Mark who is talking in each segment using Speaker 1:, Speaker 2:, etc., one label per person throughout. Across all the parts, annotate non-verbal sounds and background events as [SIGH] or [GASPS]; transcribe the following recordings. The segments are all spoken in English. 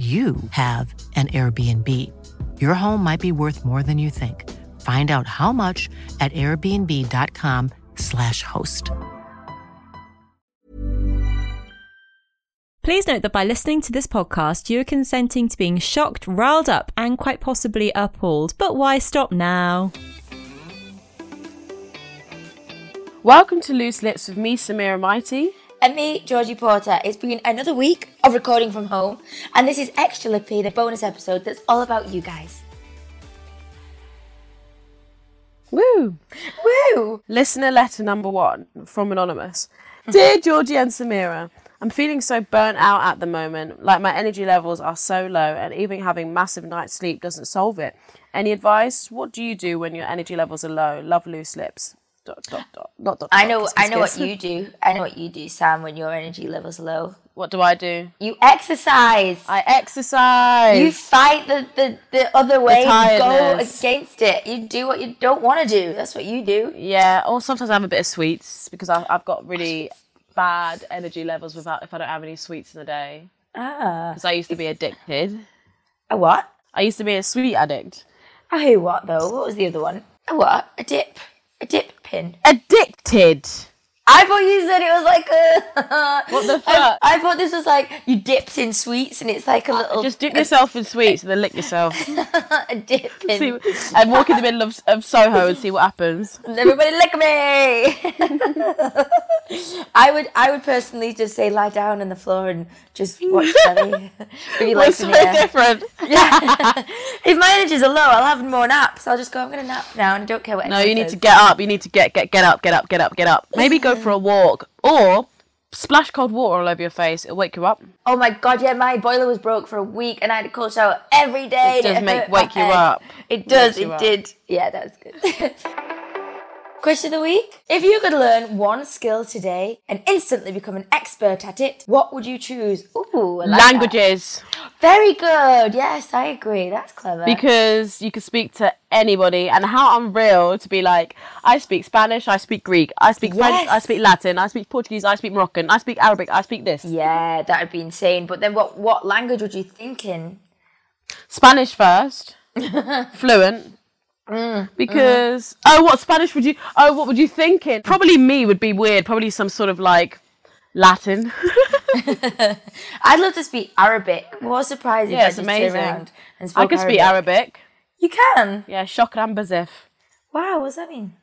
Speaker 1: you have an Airbnb. Your home might be worth more than you think. Find out how much at airbnb.com/slash host.
Speaker 2: Please note that by listening to this podcast, you are consenting to being shocked, riled up, and quite possibly appalled. But why stop now?
Speaker 3: Welcome to Loose Lips with me, Samira Mighty.
Speaker 4: And me, Georgie Porter. It's been another week of recording from home, and this is Extra Lippy, the bonus episode that's all about you guys.
Speaker 3: Woo!
Speaker 4: Woo!
Speaker 3: Listener letter number one from Anonymous. Dear Georgie and Samira, I'm feeling so burnt out at the moment. Like my energy levels are so low, and even having massive night's sleep doesn't solve it. Any advice? What do you do when your energy levels are low? Love loose lips. Dot, dot, dot. Not dot,
Speaker 4: I
Speaker 3: dot,
Speaker 4: know,
Speaker 3: kiss,
Speaker 4: I
Speaker 3: kiss,
Speaker 4: know what
Speaker 3: kiss.
Speaker 4: you do. I know what you do, Sam, when your energy level's low.
Speaker 3: What do I do?
Speaker 4: You exercise.
Speaker 3: I exercise.
Speaker 4: You fight the, the, the other way. you go
Speaker 3: tiredness.
Speaker 4: against it. You do what you don't want to do. That's what you do.
Speaker 3: Yeah, or sometimes I have a bit of sweets because I've, I've got really bad energy levels without if I don't have any sweets in the day.
Speaker 4: Ah.
Speaker 3: Because I used to be addicted.
Speaker 4: A what?
Speaker 3: I used to be a sweet addict.
Speaker 4: A who what, though? What was the other one? A what? A dip. A dip pin.
Speaker 3: Addicted.
Speaker 4: I thought you said it was like
Speaker 3: [LAUGHS]
Speaker 4: a.
Speaker 3: What the
Speaker 4: I,
Speaker 3: fuck?
Speaker 4: I thought this was like you dipped in sweets and it's like a little
Speaker 3: Just
Speaker 4: [LAUGHS]
Speaker 3: dip yourself in sweets and then lick yourself.
Speaker 4: a dip in.
Speaker 3: [LAUGHS] See, and walk in the middle of, of Soho and see what happens.
Speaker 4: Everybody lick me.
Speaker 3: [LAUGHS]
Speaker 4: I would I would personally just say lie down on the floor and just
Speaker 3: [LAUGHS]
Speaker 4: watch telly. [LAUGHS] really [LAUGHS] like
Speaker 3: It's
Speaker 4: to
Speaker 3: so
Speaker 4: hear. [LAUGHS]
Speaker 3: different.
Speaker 4: Yeah. [LAUGHS] if my energies are low, I'll have more naps. I'll just go. I'm gonna nap now, and I don't care what.
Speaker 3: No,
Speaker 4: anyone
Speaker 3: you need to
Speaker 4: says."
Speaker 3: get up. You need to get get get up, get up, get up, get up. Maybe
Speaker 4: [LAUGHS]
Speaker 3: go for a walk or splash cold water all over your face. It'll wake you up.
Speaker 4: Oh my god, yeah, my boiler was broke for a week, and I had a cold shower every day.
Speaker 3: It does
Speaker 4: and
Speaker 3: make-
Speaker 4: [LAUGHS] hurt my
Speaker 3: wake you
Speaker 4: head.
Speaker 3: up.
Speaker 4: It does.
Speaker 3: Wakes you
Speaker 4: It
Speaker 3: up.
Speaker 4: did. Yeah, that was good. [LAUGHS] Question of the week: If you could learn one skill today and instantly become an expert at it, what would you choose? Ooh, I like that.
Speaker 3: Languages.
Speaker 4: Very good. Yes, I agree. That's clever.
Speaker 3: because you can speak to anybody and how unreal to be like i speak spanish i speak greek i speak french
Speaker 4: Yes.
Speaker 3: i speak latin i speak portuguese i speak moroccan i speak arabic i speak this
Speaker 4: yeah, that would be insane. But then, what what language would you think in?
Speaker 3: spanish first
Speaker 4: [LAUGHS]
Speaker 3: fluent
Speaker 4: Mm,
Speaker 3: because
Speaker 4: mm-hmm.
Speaker 3: oh what spanish would you oh what would you think in probably me would be weird probably some sort of like latin [LAUGHS]
Speaker 4: I'd love to speak Arabic. What a surprise!
Speaker 3: Yeah,
Speaker 4: if I
Speaker 3: it's
Speaker 4: just
Speaker 3: amazing.
Speaker 4: Sit around and spoke
Speaker 3: i could speak arabic
Speaker 4: You can.
Speaker 3: yeah shokran bazif
Speaker 4: Wow, what does that mean?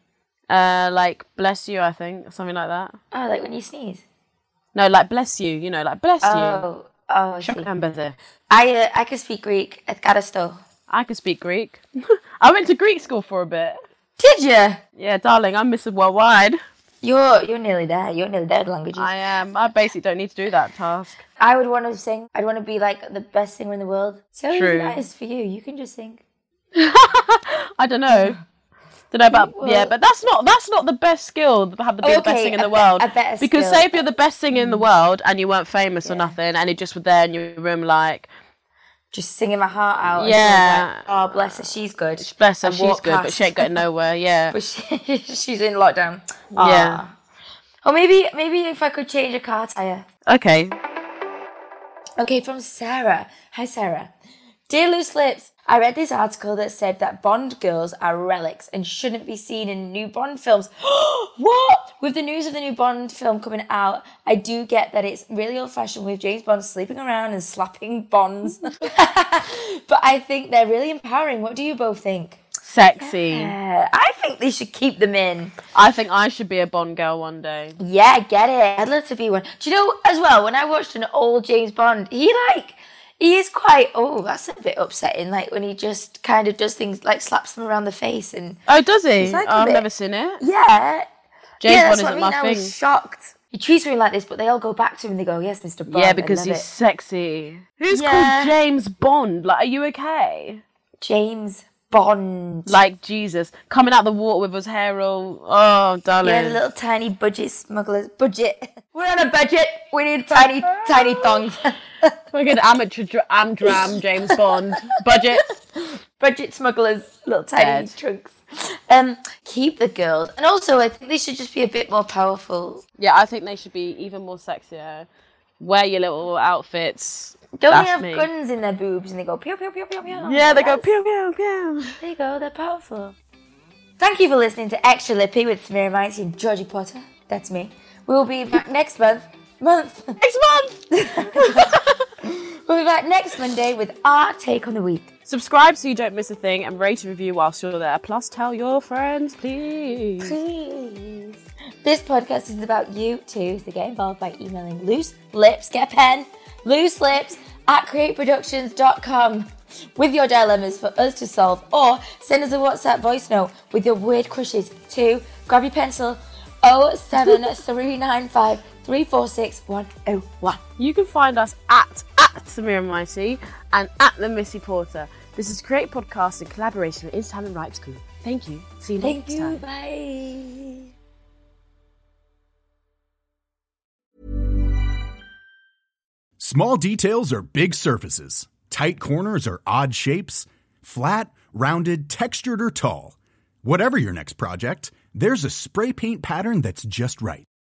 Speaker 3: uh like bless you i think something like that
Speaker 4: Oh, like when you sneeze.
Speaker 3: no like bless you you know like bless
Speaker 4: Oh, oh, I
Speaker 3: you
Speaker 4: see.
Speaker 3: shokran bazif
Speaker 4: I uh, I can speak Greek. Ευχαριστώ.
Speaker 3: I could speak Greek. [LAUGHS] I went to Greek school for a bit.
Speaker 4: Did you?
Speaker 3: Yeah, darling, I'm Mrs. Worldwide.
Speaker 4: You're you're nearly there. You're nearly there. with Languages.
Speaker 3: I
Speaker 4: I,
Speaker 3: am. I basically don't need to do that task.
Speaker 4: would want to sing. I'd want to be like the best singer in the world. So
Speaker 3: True.
Speaker 4: nice for you. You can just sing.
Speaker 3: I don't know. Don't know about yeah, but that's not that's not the best skill to have the, be the best
Speaker 4: Okay,
Speaker 3: thing in
Speaker 4: a
Speaker 3: the
Speaker 4: be-
Speaker 3: world.
Speaker 4: a better
Speaker 3: because
Speaker 4: skill. Mm.
Speaker 3: say if you're the best singer in the world and you weren't famous or nothing and you just were there in your room like
Speaker 4: Just singing my heart out. and
Speaker 3: Yeah.
Speaker 4: she's like, oh, bless her. She's good.
Speaker 3: bless her,
Speaker 4: And
Speaker 3: she's
Speaker 4: walk
Speaker 3: good, but
Speaker 4: past.
Speaker 3: she ain't getting nowhere. Yeah,
Speaker 4: [LAUGHS] But she, [LAUGHS] she's in lockdown. Oh.
Speaker 3: yeah.
Speaker 4: Or maybe maybe if I uh, could change a car tire.
Speaker 3: Okay.
Speaker 4: Okay, from Sarah. Hi, Sarah. Dear Loose Lips, I read this article that said that Bond girls are relics and shouldn't be seen in new Bond films. [GASPS] what? With the news of the new Bond film coming out, I do get that it's really old fashioned with James Bond sleeping around and slapping Bonds. [LAUGHS] but I think they're really empowering. What do you both think?
Speaker 3: Sexy.
Speaker 4: Uh, I think they should keep them in.
Speaker 3: I think I should be a Bond girl one day.
Speaker 4: Yeah, I get it. I'd love to be one. Do you know as well? When I watched an old James Bond, he like he is quite. Oh, that's a bit upsetting. Like when he just kind of does things like slaps them around the face and
Speaker 3: Oh, does he?
Speaker 4: like a
Speaker 3: oh, I've
Speaker 4: bit-
Speaker 3: never seen it.
Speaker 4: yeah,
Speaker 3: James
Speaker 4: yeah.
Speaker 3: Bond
Speaker 4: That's
Speaker 3: isn't
Speaker 4: what I mean.
Speaker 3: my
Speaker 4: I
Speaker 3: thing.
Speaker 4: was shocked. He treats me like this, but they all go back to him and they go, "Yes, Mr. Bond." I
Speaker 3: yeah, because
Speaker 4: love
Speaker 3: he's
Speaker 4: it."
Speaker 3: sexy. Who's
Speaker 4: Yeah.
Speaker 3: called James Bond? Like, are you okay?
Speaker 4: James Bond.
Speaker 3: Like Jesus coming out the water with his hair all. Oh,
Speaker 4: You're
Speaker 3: darling.
Speaker 4: a little tiny budget smugglers. Budget. We're on a budget. We need tiny, tiny
Speaker 3: [LAUGHS]
Speaker 4: thongs.
Speaker 3: Fucking amateur dr- am [LAUGHS] dram James Bond budget.
Speaker 4: budget smugglers, little tiny
Speaker 3: Dead.
Speaker 4: trunks. [LAUGHS] Um, keep the girls, and also I think they should just be a bit more powerful.
Speaker 3: Yeah, I think they should be even more sexier. Wear your little outfits.
Speaker 4: Don't
Speaker 3: That's
Speaker 4: they have
Speaker 3: me.
Speaker 4: guns in their boobs and they go pew pew pew pew pew?
Speaker 3: Yeah, they go
Speaker 4: Yes,
Speaker 3: pew pew pew.
Speaker 4: There you go. They're powerful. Thank you for listening to Extra Lippy with Samira Mighty and Georgie Potter. That's me. We will be back next month. Month.
Speaker 3: Next month.
Speaker 4: [LAUGHS] We'll be back next Monday with our take on the week.
Speaker 3: Subscribe so you don't miss a thing, and rate and review whilst you're there. Plus, tell your friends, please.
Speaker 4: Please. This podcast is about you too, so get involved by emailing loose lips, get a pen, loose lips at createproductions.com with your dilemmas for us to solve, or send us a WhatsApp voice note with your weird crushes to grab your pencil 07395 346 101.
Speaker 3: You can find us at at Samira Mighty and at the Missy Porter. This is Create Podcast in collaboration with Instagram and Rights Group. Thank you. See you
Speaker 4: Thank
Speaker 3: next
Speaker 4: you.
Speaker 3: time.
Speaker 4: Bye.
Speaker 5: Small details are big surfaces. Tight corners are odd shapes. Flat, rounded, textured, or tall. Whatever your next project, there's a spray paint pattern that's just right.